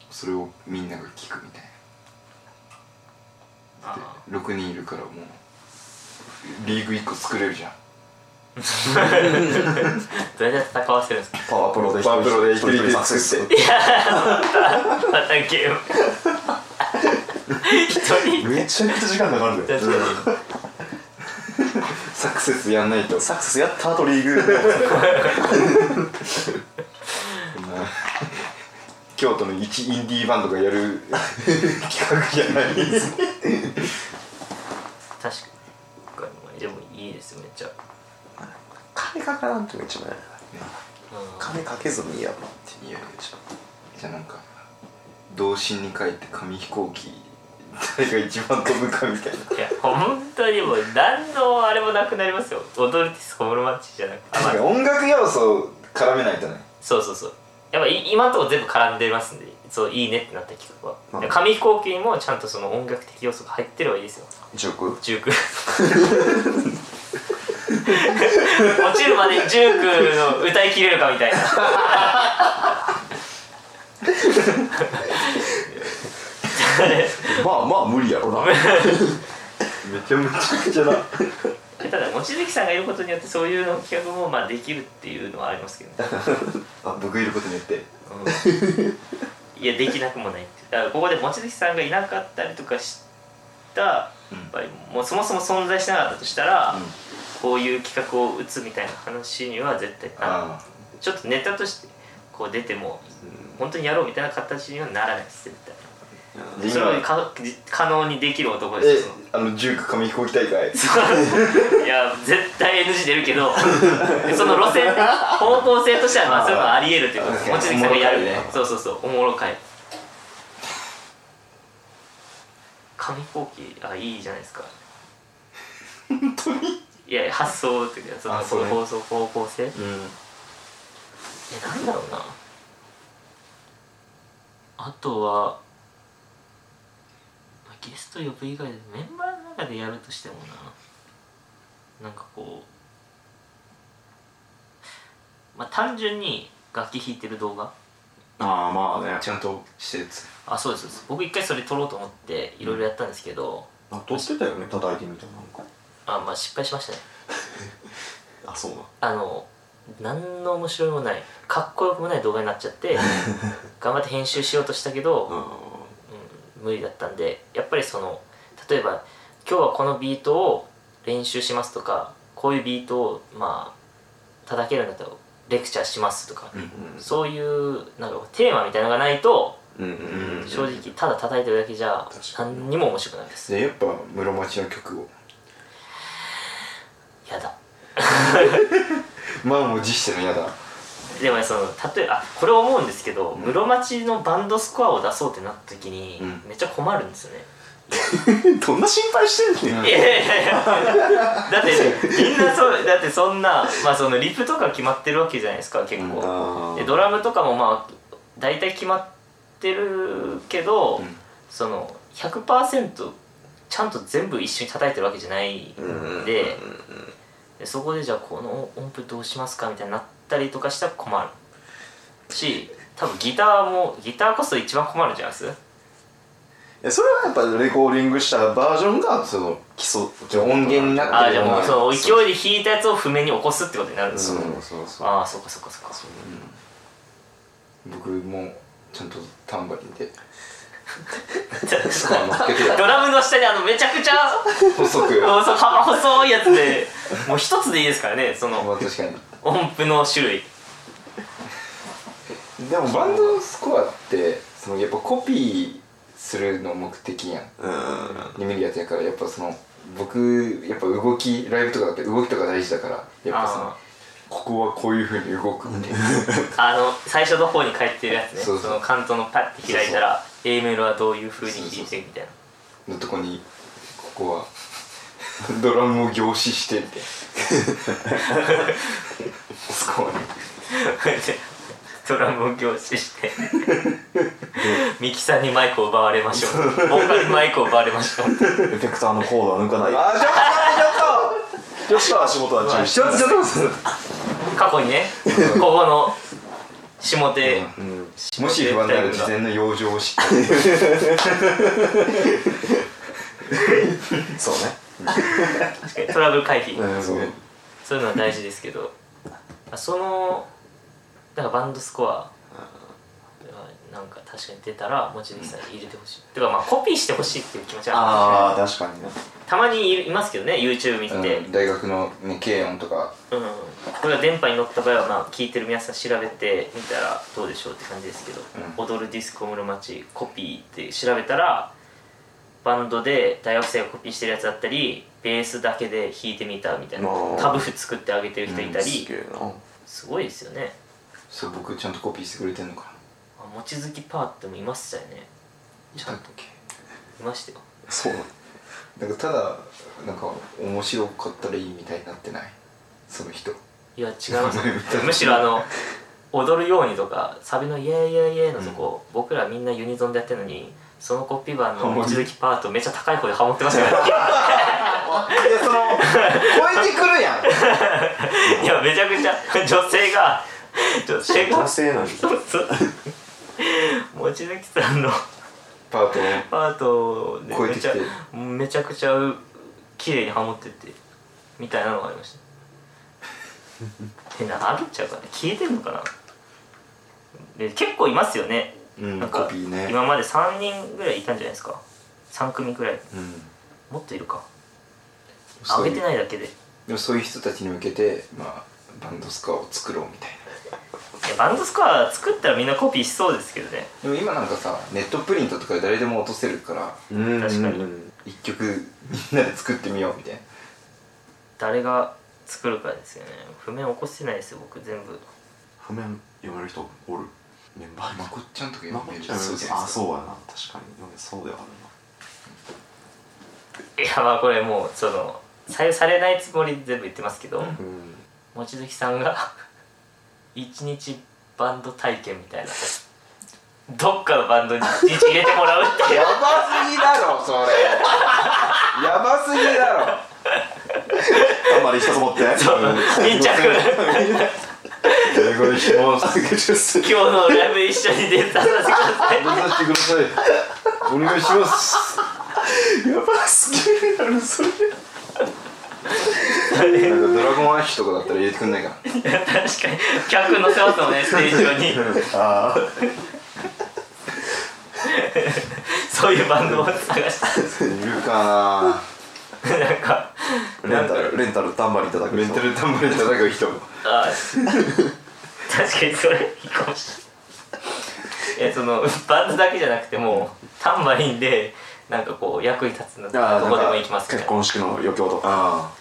Speaker 2: それをみんなが聞くみたい
Speaker 1: あ
Speaker 2: な6人いるからもうリーグ1個作れるじゃん
Speaker 1: どうやって戦わせるんですか
Speaker 3: パワープロで
Speaker 2: パワープロで一人
Speaker 3: 一人
Speaker 2: で
Speaker 3: で作
Speaker 2: 作
Speaker 3: って
Speaker 1: またゲーム一人
Speaker 3: めちゃくちゃ時間かかるんだよ
Speaker 1: 確かに
Speaker 2: サクセスやんないと
Speaker 3: サックスやった後リーグ
Speaker 2: [laughs] 京都の一インディーバンドがや [laughs] る企画じゃないです
Speaker 1: 確かにでもいいですよめっちゃ、
Speaker 3: 金かからんとが一番や金かけずにやるなって
Speaker 2: いやじゃあなんか童心に書いて紙飛行機誰が一番飛ぶかみたいない
Speaker 1: や本当にもう何のあれもなくなりますよ踊るってスコールマッチじゃなくて、
Speaker 2: 確か
Speaker 1: まあ
Speaker 2: に音楽要素を絡めないとね
Speaker 1: そうそうそうやっぱい今のところ全部絡んでますんでそういいねってなった企画は、
Speaker 3: うん
Speaker 1: で紙飛行機にもちゃんとその音楽的要素が入ってればいいですよ
Speaker 3: ジョーク
Speaker 1: ジューク [laughs] 落ちるまでジュークの歌いきれるかみたいな
Speaker 3: まあまあ無理やろな
Speaker 2: めちゃめちゃくちゃ [laughs] な
Speaker 1: ただ望月さんがいることによってそういうの企画もまあできるっていうのはありますけどね
Speaker 2: あ僕いることによって
Speaker 1: うんいやできなくもないってだからここで望月さんがいなかったりとかしたやっぱりもうそもそも存在しなかったとしたら、
Speaker 2: うん
Speaker 1: こういう企画を打つみたいな話には絶対な
Speaker 2: あ
Speaker 1: ちょっとネタとしてこう出ても本当にやろうみたいな形にはならないです絶対
Speaker 2: あで
Speaker 1: それを
Speaker 2: 今
Speaker 1: か可能にできる男で
Speaker 2: え
Speaker 1: すよ
Speaker 2: あの19紙飛行機大会
Speaker 1: [laughs] いや絶対 NG 出るけどその路線方向性としてはまあそういうのはありえるっていうことです
Speaker 2: あー
Speaker 1: 望月さんがやる、
Speaker 2: おもろいね
Speaker 1: そうそうそうおもろかい紙飛行機あいいじゃない
Speaker 2: [laughs]
Speaker 1: ですか本当にいや発想っていうかその
Speaker 2: あそうね
Speaker 1: 放送方向性え
Speaker 2: うん
Speaker 1: なんだろうなあとはまあゲスト呼ぶ以外でメンバーの中でやるとしてもななんかこうまあ単純に楽器弾いてる動画
Speaker 3: ああまあね
Speaker 2: ちゃんとしてるやつ
Speaker 1: あそうですそうです僕一回それ撮ろうと思っていろいろやったんですけど、
Speaker 3: あ撮ってたよね叩いてみたなんか
Speaker 1: あまあ失敗しましたね
Speaker 3: あそうな
Speaker 1: あの何の面白みもないかっこよくもない動画になっちゃって頑張って編集しようとしたけど、
Speaker 3: うん
Speaker 1: うん無理だったんでやっぱりその例えば今日はこのビートを練習しますとかこういうビートをまあ叩けるんだったらレクチャーしますとか、そういうなんかテーマみたいなのがないと
Speaker 2: うんうん
Speaker 1: 正直ただ叩いてるだけじゃ
Speaker 3: 確かに
Speaker 1: 何にも面白くないです、
Speaker 2: じゃあやっぱ室町の曲を
Speaker 1: やだ
Speaker 2: 満を持してのやだ
Speaker 1: でもねその例えばこれ思うんですけど、室町のバンドスコアを出そうってなった時に、
Speaker 2: うん
Speaker 1: めっちゃ困るんですよね
Speaker 3: どんな心配してんねん
Speaker 1: いやいやいやいやだってみんなそうだってそんなまあそのリップとか決まってるわけじゃないですか結構、
Speaker 3: あ
Speaker 1: でドラムとかもまあ大体決まってるけど、その100%ちゃんと全部一緒に叩いてるわけじゃないんで,、でそこでじゃあこの音符どうしますかみたいになったりとかしたら困るし多分ギターもギターこそ一番困るんじゃないです
Speaker 3: あそれはやっぱレコーディングしたバージョンがその基礎
Speaker 2: じゃあ音源になっ
Speaker 1: ああじゃあもう
Speaker 2: うん
Speaker 1: その勢いで弾いたやつを譜面に起こすってことになるんです
Speaker 2: そう
Speaker 1: よ、
Speaker 2: そうそう
Speaker 1: ああそっかそっかそっか [laughs]
Speaker 2: 僕もちゃんとタンバリン
Speaker 3: [laughs]
Speaker 2: で
Speaker 1: 確
Speaker 2: あ
Speaker 1: かに
Speaker 2: のっけて
Speaker 1: ドラムの下にあのめちゃくちゃ
Speaker 2: 細く
Speaker 1: そ
Speaker 2: ま
Speaker 1: うそう幅細いやつでもう一つでいいですからねその
Speaker 2: あ確か
Speaker 1: 音符の種類
Speaker 2: にでもバンドスコアってそのやっぱコピーするの目的やん
Speaker 3: うん
Speaker 2: に見るやつやからやっぱその僕やっぱ動きライブとかだって動きとか大事だからやっぱその
Speaker 1: あ
Speaker 2: ここはこういうふうに動くみたいな
Speaker 1: あの最初の方に書いてるやつね
Speaker 2: そう
Speaker 1: そ
Speaker 2: そう
Speaker 1: のカントのパッて開いたら A メロはどういう風に弾いてみたい
Speaker 2: [laughs]
Speaker 1: な
Speaker 2: のとこにここは [laughs] ドラムを凝視してみ [laughs] たいなスコアに
Speaker 1: ドラムを凝視してミキさんにマイクを奪われましょうボーカルにマイクを奪われましょう
Speaker 3: エフェクターのコードは抜かない
Speaker 2: あ
Speaker 3: ちょっと足元は注意して
Speaker 2: ちょっとちょっとちょっとちょっ
Speaker 1: 過去にねここの下手、
Speaker 2: と
Speaker 3: うん
Speaker 1: 下手
Speaker 2: もし不安なら事前の養生を知って
Speaker 3: そうね
Speaker 1: 確かにトラブル回避、
Speaker 3: うんそう
Speaker 1: そういうのは大事ですけどあそのだからバンドスコアなんか確かに出たら望月さんに入れてほしい、てかまあコピーしてほしいっていう気持ちはあ
Speaker 3: ああ確かにね
Speaker 1: るたまにいますけどね YouTube 見てて、
Speaker 2: うん大学のね軽音とか
Speaker 1: うんこれが電波に乗った場合はまあ聞いてる皆さん調べてみたらどうでしょうって感じですけど「踊るディスコ室町コピー」って調べたらバンドで大学生がコピーしてるやつだったりベースだけで弾いてみたみたいな
Speaker 3: あー
Speaker 1: タブ譜作ってあげてる人いた
Speaker 3: す
Speaker 1: り
Speaker 3: げえな
Speaker 1: すごいですよね
Speaker 2: そう僕ちゃんとコピーしてくれてんのか
Speaker 1: あ望月パーってもいましたよね
Speaker 2: なちゃんと
Speaker 1: いましたよ
Speaker 3: そう
Speaker 2: なんかただなんか面白かったらいいみたいになってないその人
Speaker 1: い [laughs] や違いますむしろあの踊るようにとかサビの「イエーイイエーイイエー」のとこ、僕らみんなユニゾンでやってるのにそのコピー版の望月パートめっちゃ高い声でハモってましたから
Speaker 2: いやそ
Speaker 3: [laughs]
Speaker 2: の超えてくるやん
Speaker 1: いやめちゃくちゃ女性が女性が
Speaker 3: 男性なん
Speaker 1: [laughs]
Speaker 3: で
Speaker 1: そうそう望月さんの
Speaker 2: パートを
Speaker 1: パートで
Speaker 2: 超え
Speaker 1: め
Speaker 2: てき
Speaker 1: ち
Speaker 2: て
Speaker 1: ゃめちゃくちゃ綺麗にハモっててみたいなのがありま
Speaker 2: [laughs]
Speaker 1: したえなるんちゃうかな消えてんのかなで結構いますよね、
Speaker 2: うん
Speaker 1: なんか
Speaker 2: コピーね
Speaker 1: 今まで3人ぐらいいたんじゃないですか3組ぐらい
Speaker 2: うん
Speaker 1: もっといるか
Speaker 2: そう
Speaker 1: 上
Speaker 2: いう
Speaker 1: げてないだけで
Speaker 2: でもそういう人たちに向けてまあバンドスコアを作ろうみたい
Speaker 1: やバンドスコア作ったらみんなコピーしそうですけどね
Speaker 2: でも今なんかさネットプリントとかで誰でも落とせるから
Speaker 3: うん
Speaker 1: 確かに
Speaker 3: うん
Speaker 2: 一曲みんなで作ってみようみたいな
Speaker 1: 誰が作るかですよね譜面起こしてないですよ僕全部
Speaker 3: 譜面読める人おるメンバー
Speaker 2: まこっちゃんとか
Speaker 3: まこっちゃん
Speaker 2: そうじゃない
Speaker 3: あ
Speaker 2: ですか
Speaker 3: そうやな確かに読めそうではあるない
Speaker 1: やまあこれもうその採用されないつもりで全部言ってますけど、
Speaker 3: うん
Speaker 1: 望月さんが [laughs] 一日バンド体験みたいなどっかのバンドに一日入れてもらうっていう
Speaker 2: やばすぎだろそれやばすぎだろ
Speaker 3: 頑張り一つ持って
Speaker 1: そう巾着
Speaker 2: 英語にします
Speaker 3: あげるっす
Speaker 1: 今日のライブ一緒に出させてください
Speaker 2: させてくださいお願いします
Speaker 3: やばすぎるやろそれ
Speaker 2: なんかドラゴンアッシュとかだったら入れてくんないかな
Speaker 1: 確かに客乗せますもんねステージ上に
Speaker 3: ああ
Speaker 1: そういうバンドを探して
Speaker 2: いるか
Speaker 1: なんか
Speaker 3: レンタルレンタルタンバリンいただ
Speaker 2: な
Speaker 3: く
Speaker 2: メンタルタンブル叩く人も
Speaker 1: あ確かにそれいいかもしれないいやそのバンドだけじゃなくてもうタンバリンでなんかこう役に立つのど
Speaker 3: ああ
Speaker 1: こでも
Speaker 3: なん
Speaker 1: 行
Speaker 3: か
Speaker 1: きますみた
Speaker 3: 結
Speaker 1: いな
Speaker 3: 婚式の余興とか
Speaker 2: ああ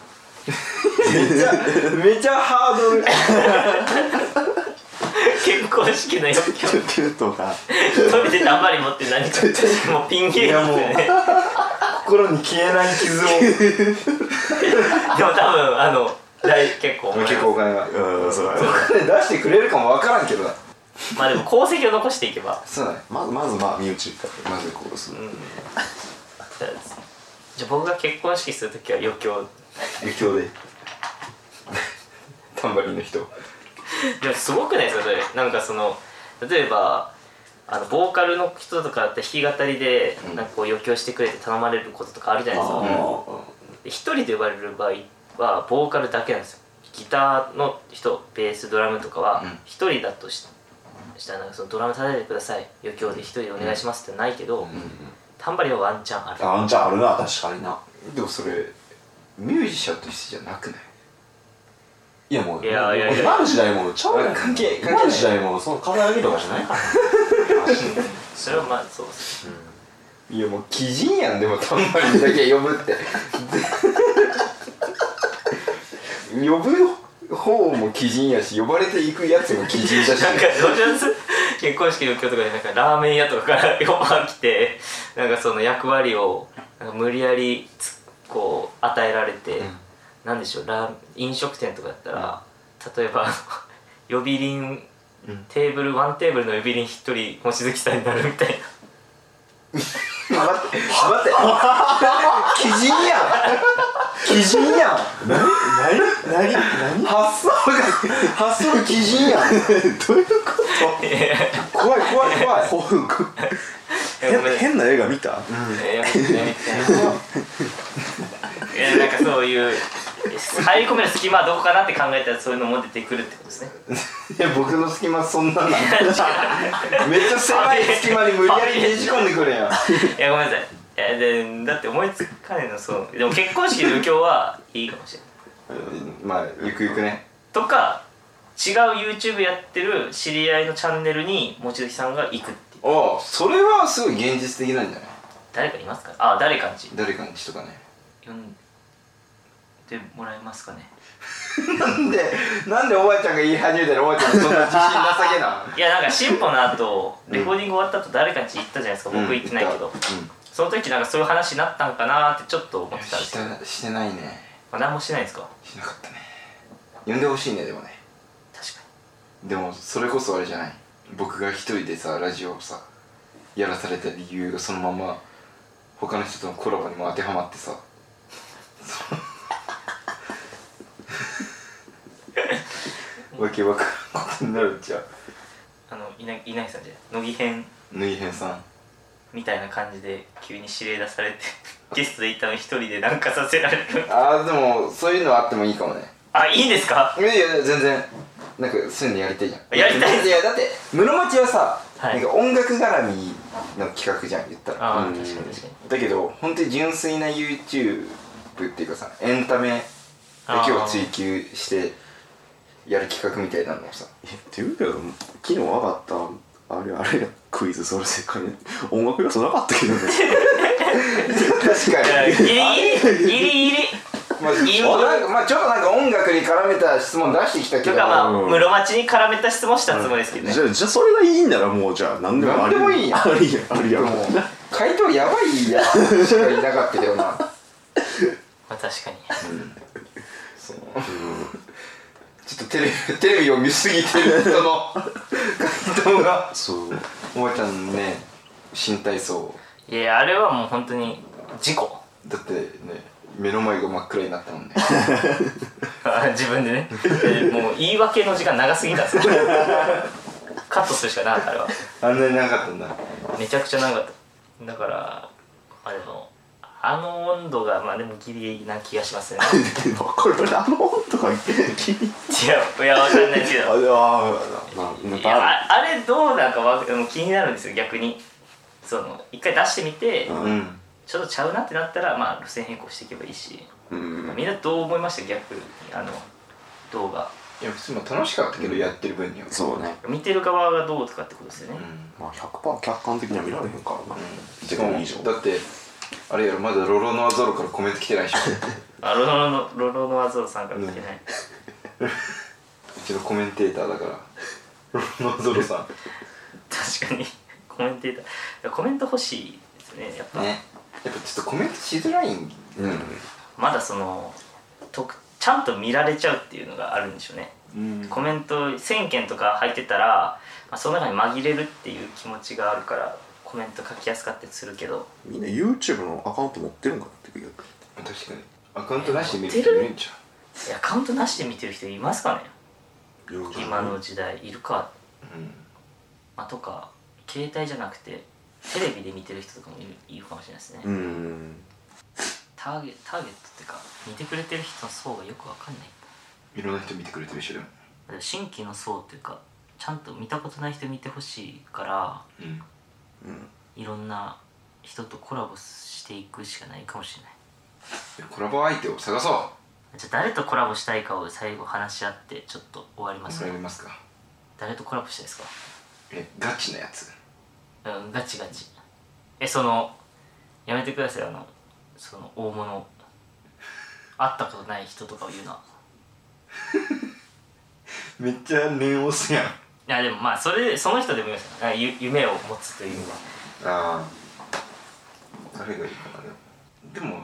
Speaker 2: めちゃめちゃハードル
Speaker 1: 結婚式の余興
Speaker 3: とか
Speaker 1: それでタンバリン持って何かもうピン芸人ですよね
Speaker 2: 心に消えない傷を結
Speaker 1: でも多分あの大結構思います
Speaker 2: 構お金が
Speaker 3: うんそうだね
Speaker 2: お金出してくれるかもわからんけどな
Speaker 1: まあでも功績を残していけば
Speaker 2: そうだね
Speaker 3: まずまずまあ身内から
Speaker 2: まずこうする
Speaker 1: うんじゃあ僕が結婚式するときは余興
Speaker 2: 余興 [laughs] でタンバリンの人
Speaker 1: でもすごくないですかそれなんかその例えばあのボーカルの人とかだったら弾き語りで
Speaker 2: うん
Speaker 1: なんかこう余興してくれて頼まれることとかあるじゃないですか
Speaker 2: ー
Speaker 1: で一人で呼ばれる場合はボーカルだけなんですよギターの人ベースドラムとかは
Speaker 2: うん
Speaker 1: 一人だとししたらなんかそのドラム叩いてください余興で一人でお願いしますってないけど、タンバリンはワンチャンある
Speaker 3: あんちゃんあるな確かにな
Speaker 2: でもそれミュージシャンとしてじゃなくない
Speaker 3: いやもう
Speaker 1: いやいやいや
Speaker 3: 今の時代もうちゃうやん
Speaker 2: 関係関係ない
Speaker 3: 今の時代もうその肩上げとかじゃないから
Speaker 1: それはまあそうです
Speaker 2: いやもう鬼人やんでもたんまりだけ呼ぶって呼ぶ方も鬼人やし呼ばれていくやつも鬼人だし
Speaker 1: なんかどうします結婚式の今日とかでなんかラーメン屋とかから [laughs] オファー来てなんかその役割をなんか無理やりつこう与えられて、なんでしょうラー飲食店とかだったら、例えばあの呼び鈴テーブルワンテーブルの呼び鈴一人望月さんになるみたいな
Speaker 2: 待って待って鬼人やん鬼人やん
Speaker 3: 何何何
Speaker 2: 発想が発想鬼人やん
Speaker 3: どういうこ
Speaker 2: 怖い怖い怖い
Speaker 3: と幸福
Speaker 1: ごめん
Speaker 3: 変な映画見た
Speaker 1: え [laughs] ーなんかそういう入り込める隙間はどこかなって考えたらそういうのも出てくるってことです [laughs] ね
Speaker 2: いや僕の隙間そんななんめっちゃ狭い隙間に無理やりねじ込んでくるやん
Speaker 1: [laughs] いやごめんなさいいやでだって思いつかねえのそうでも結婚式の余興はいいかもしれない
Speaker 2: まあゆくゆくね
Speaker 1: とか違う YouTube やってる知り合いのチャンネルに望月さんが行くっていう
Speaker 2: ああそれはすごい現実的なんじゃない
Speaker 1: 誰かいますかあ誰かんち
Speaker 2: 誰かにしとかね
Speaker 1: 呼んでもらえますかね
Speaker 2: なんでなんでおばあちゃんが言い始めたらおばあちゃんそんな自信なさげな
Speaker 1: いやなんか進歩の後レコーディング終わった後誰かんち行ったじゃないですか、 [laughs] 僕行ってないけど、その時なんかそういう話になったんかなってちょっと思ってたんですけど、ま
Speaker 2: してしてないね
Speaker 1: あ、何もしてないんですか
Speaker 2: しなかったね呼んでほしいねでもね
Speaker 1: 確か
Speaker 2: でもそれこそあれじゃない僕が一人でさラジオをさやらされた理由がそのまま他の人とのコラボにも当てはまってさ
Speaker 1: [laughs]
Speaker 2: そのわけわからんことになるんちゃう
Speaker 1: にあのいないいないさんじゃない乃木編
Speaker 2: ぬいへんさん
Speaker 1: みたいな感じで急に指令出されて [laughs] ゲストで行ったのに一人でなんかさせられる
Speaker 2: ああでもそういうのはあってもいいかもね
Speaker 1: あいいんですか
Speaker 2: いやいや全然なんかそういうのやりたいじゃん
Speaker 1: やりたい
Speaker 2: いやだって室町はさ、
Speaker 1: はい
Speaker 2: なんか音楽絡みの企画じゃん言ったら
Speaker 1: ああ
Speaker 3: うん
Speaker 1: 確かに確かに
Speaker 2: だけど本当に純粋な YouTube っていうかさエンタメだけを追求してやる企画みたいなのをさ
Speaker 3: えっていうけど昨日上がったあれあれやクイズそれ正解ね音楽要素なかったけどね
Speaker 2: 確か
Speaker 1: や
Speaker 2: に
Speaker 1: ギリギリギリギリ
Speaker 2: まあ、なんかまあ、ちょっとなんか音楽に絡めた質問出してきたけ
Speaker 1: と
Speaker 2: ど
Speaker 1: かまあ
Speaker 3: うん
Speaker 1: 室町に絡めた質問したつもりですけどね
Speaker 3: じゃあじゃあそれがいいんならもうじゃあ何でもあ
Speaker 2: 何
Speaker 3: り
Speaker 2: でもいいや
Speaker 3: ありやあり
Speaker 2: で
Speaker 3: や
Speaker 2: も回答やばいやつしかいなかったけどな
Speaker 1: まあ確かに
Speaker 2: そのちょっとテレビテレビを見すぎてる人の回答が
Speaker 3: そう
Speaker 2: おばちゃんのね新体操
Speaker 1: いやあれはもう本当に事故
Speaker 2: だってね目の前が真っ暗になったもんね
Speaker 1: 自分で
Speaker 3: [laughs]
Speaker 1: ねでもう言い訳の時間長すぎたんですよカットするしかなかったあれは
Speaker 2: [laughs] あんなになかったんだ
Speaker 1: めちゃくちゃ長かっただからまあでもあの温度がまあでもギリな気がします
Speaker 3: [laughs]
Speaker 1: ね
Speaker 3: でもこれあの音とか気に入っ
Speaker 1: いやいやわかんないけ
Speaker 3: て
Speaker 1: ど
Speaker 3: あであーまあま
Speaker 1: い
Speaker 3: たある
Speaker 1: やああれどうなんかわでも気になるんですよ逆にその一回出してみて、
Speaker 3: うん
Speaker 2: うん
Speaker 1: ちょっとちゃうなってなったらまあ路線変更していけばいいし、
Speaker 3: うん
Speaker 1: みんなどう思いました逆にあの動画
Speaker 2: いや普通も楽しかったけどやってる分には
Speaker 3: そうね
Speaker 1: 見てる側がどうとかってことですよね、
Speaker 3: まあ100%客観的には見られへんからな、
Speaker 2: うんし
Speaker 3: で
Speaker 2: か
Speaker 3: も
Speaker 2: も
Speaker 3: 以上
Speaker 2: だってあれやろまだロロノアゾロからコメント来て [laughs] ないでしょう
Speaker 1: あロロノロロノアゾロさんから聞けない、
Speaker 2: ちのコメンテーターだからロロノアゾロさ
Speaker 1: 確かにコメンテーターいやコメント欲しいですねやっぱ、
Speaker 2: んねやっぱちょっとコメントしづらいん
Speaker 3: うん
Speaker 1: まだそのとちゃんと見られちゃうっていうのがあるんでしょうね
Speaker 2: うん
Speaker 1: コメント1000件とか入ってたら、まあ、その中に紛れるっていう気持ちがあるからコメント書きやすかったりするけど
Speaker 3: みんな YouTube のアカウント持ってるんかなって逆に
Speaker 2: 確かにアカウントなしで見る人いるんちゃ
Speaker 1: いやアカウントなしで見てる人いますかね今の時代いるか、
Speaker 2: ううん
Speaker 1: まあ、とか携帯じゃなくてテレビで見てる人とかもいるいるかもしれないですね、
Speaker 3: うん
Speaker 1: ターゲターゲットっていうか見てくれてる人の層がよくわかんない
Speaker 2: いろんな人見てくれてる人でも
Speaker 1: だから新規の層っていうかちゃんと見たことない人見てほしいから
Speaker 2: うん
Speaker 1: いろんな人とコラボしていくしかないかもしれない
Speaker 2: コラボ相手を探そ
Speaker 1: じゃあ誰とコラボしたいかを最後話し合ってちょっと終わり
Speaker 2: う
Speaker 1: ます
Speaker 2: そ
Speaker 1: か、
Speaker 2: れありますか
Speaker 1: 誰とコラボしたいですか
Speaker 2: えガチなやつ
Speaker 1: うんガチガチえそのやめてくださいあのその大物会ったことない人とかを言うのは
Speaker 2: めっちゃ念押すやん
Speaker 1: いやでもまあそれその人でもいいですよあゆ夢を持つというのは
Speaker 2: ああ誰がいいかなでもでも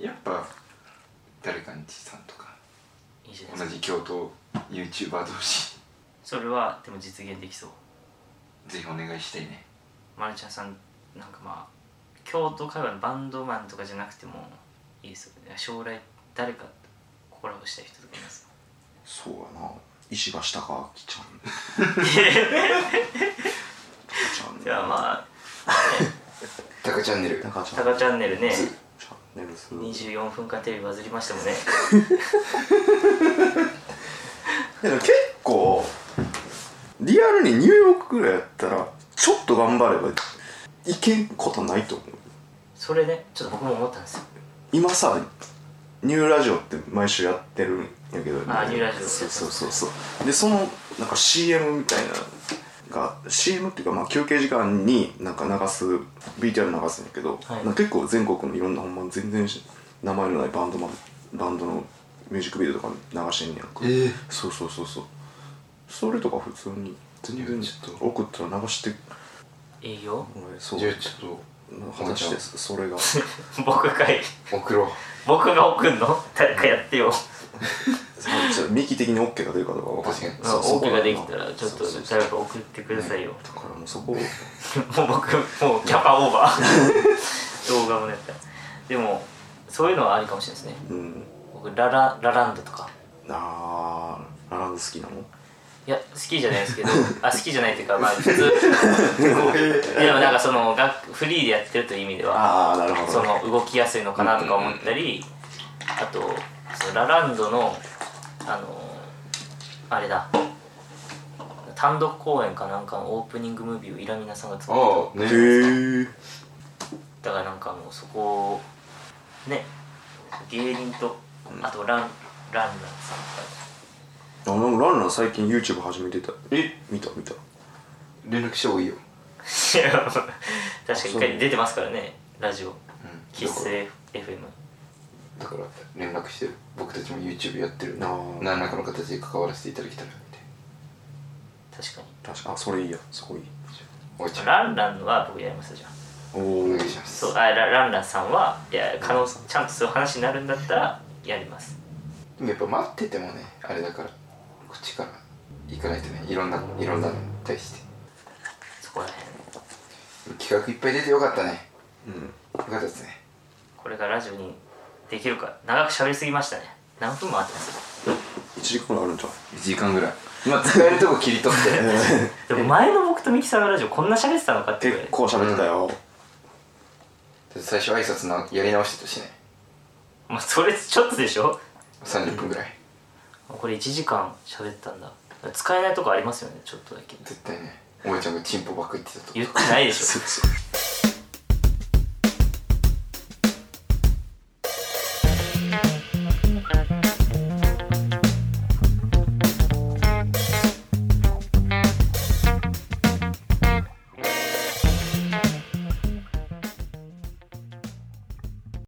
Speaker 2: やっぱ誰かんちさんとか
Speaker 1: いいじゃない
Speaker 2: 同
Speaker 1: ですか
Speaker 2: じ京都 YouTuber 同士
Speaker 1: それはでも実現できそう
Speaker 2: ぜひお願いしたいね
Speaker 1: マルちゃんさんなんかまあ京都会話のバンドマンとかじゃなくてもいいですよね将来誰かとコラボしたい人とかいますか
Speaker 3: そうやな石橋貴明ちゃんち
Speaker 1: で
Speaker 3: ゃ
Speaker 1: は
Speaker 3: ん
Speaker 1: まあ
Speaker 2: タカチャンネル
Speaker 3: タカち
Speaker 1: 「
Speaker 3: ゃ
Speaker 1: タ
Speaker 3: ん
Speaker 1: カチャンネルね」
Speaker 3: チャンネル数
Speaker 1: 24分間テレビバズりましたもんね
Speaker 3: でも結構リアルにニューヨークぐらいやったらちょっと頑張ればいけんことないと思う
Speaker 1: それねちょっと僕も思ったんですよ
Speaker 3: 今さニューラジオって毎週やってるんやけど
Speaker 1: あニューラジオ
Speaker 3: そうそうそうそうでそのなんか CM みたいなのが CM っていうかまあ休憩時間になんか流す VTR 流すんやけど、
Speaker 1: はい
Speaker 3: なんか結構全国のいろんなほんま全然し名前のないバンドマンバンドのミュージックビデオとか流してんねやんか、
Speaker 2: ええ
Speaker 3: そうそうそうそうそれとか普通に全
Speaker 2: い
Speaker 3: 然
Speaker 2: やちょっと
Speaker 3: 送ったら流して
Speaker 1: 営業 [laughs]
Speaker 3: もらえそう
Speaker 2: じゃあちょっ
Speaker 3: 話してそれが
Speaker 1: 僕がい [laughs]
Speaker 2: と送ろう
Speaker 1: 僕が送んの誰かやってよ
Speaker 3: 右的に OK が出るかどうか分かんない
Speaker 2: 確
Speaker 1: まあ
Speaker 3: そうそ
Speaker 1: OK
Speaker 3: こ
Speaker 1: ができたらちょっ
Speaker 3: そう
Speaker 1: と
Speaker 3: そうそう
Speaker 1: 誰か送ってくださいよ [laughs]
Speaker 3: だからもうそこを
Speaker 1: もう僕もうキャパオーバー [laughs] 動画もねでもそういうのはありかもしれないですね
Speaker 3: うん
Speaker 1: 僕ラララランドとか
Speaker 3: あーラランド好きなの
Speaker 1: いや好きじゃないですけどあ好きじゃないっていうかまあ普
Speaker 3: [laughs]
Speaker 1: 通いやでもなんかそのがフリーでやってるという意味では
Speaker 3: ああなるほ
Speaker 1: その動きやすいのかなとか思ったり、あとそのラランドのあのあれだ単独公演かなんかのオープニングムービーをイラミナさんが作っ
Speaker 2: ああね
Speaker 3: へえ
Speaker 1: ただからなんかもうそこをね芸人とあとランランランさんとか [laughs]
Speaker 3: あなんかランランだ最近 YouTube 始めてた
Speaker 2: え
Speaker 3: 見た見た
Speaker 2: 連絡した方がいいよ
Speaker 1: いや確かに一回出てますからねラジオ喫
Speaker 2: だか
Speaker 1: 茶
Speaker 2: ら
Speaker 1: FM
Speaker 2: だから連絡してる僕たちも YouTube やってるんで
Speaker 3: あー
Speaker 2: 何らかの形で関わらせていただけたらみたい
Speaker 1: 確かに
Speaker 3: 確かあそれいいやすごい
Speaker 2: なおいちゃん
Speaker 1: ランランは僕やりましたじゃん
Speaker 3: お
Speaker 2: お
Speaker 3: お
Speaker 2: 願いします
Speaker 1: そうあラランランさんはいや可能ちゃんとそういう話になるんだったらやります
Speaker 2: でもやっぱ待っててもねあれだからこっちから行かないとねいろんないろんなのに対して
Speaker 1: そこら辺
Speaker 2: 企画いっぱい出てよかったね
Speaker 3: うん
Speaker 2: よかったですね
Speaker 1: これがラジオにできるか長く喋りすぎましたね何分もあってます
Speaker 3: 1時間ぐらいあるんちゃう
Speaker 2: 1時間ぐらい今使えるとこ切り取っ
Speaker 1: で
Speaker 2: て
Speaker 1: も前の僕とミキサーのラジオこんな喋ってたのかってぐらい
Speaker 3: 結構喋ってたよ、
Speaker 2: 最初挨拶のやり直してたしね
Speaker 1: まあそれちょっとでしょ
Speaker 2: 30分ぐらい
Speaker 1: これ1時間喋ったんだ使えないとこありますよねちょっとだけ
Speaker 2: 絶対ねおばちゃんがチンポばっか言ってたと
Speaker 1: 言ってないでしょ
Speaker 3: そうそう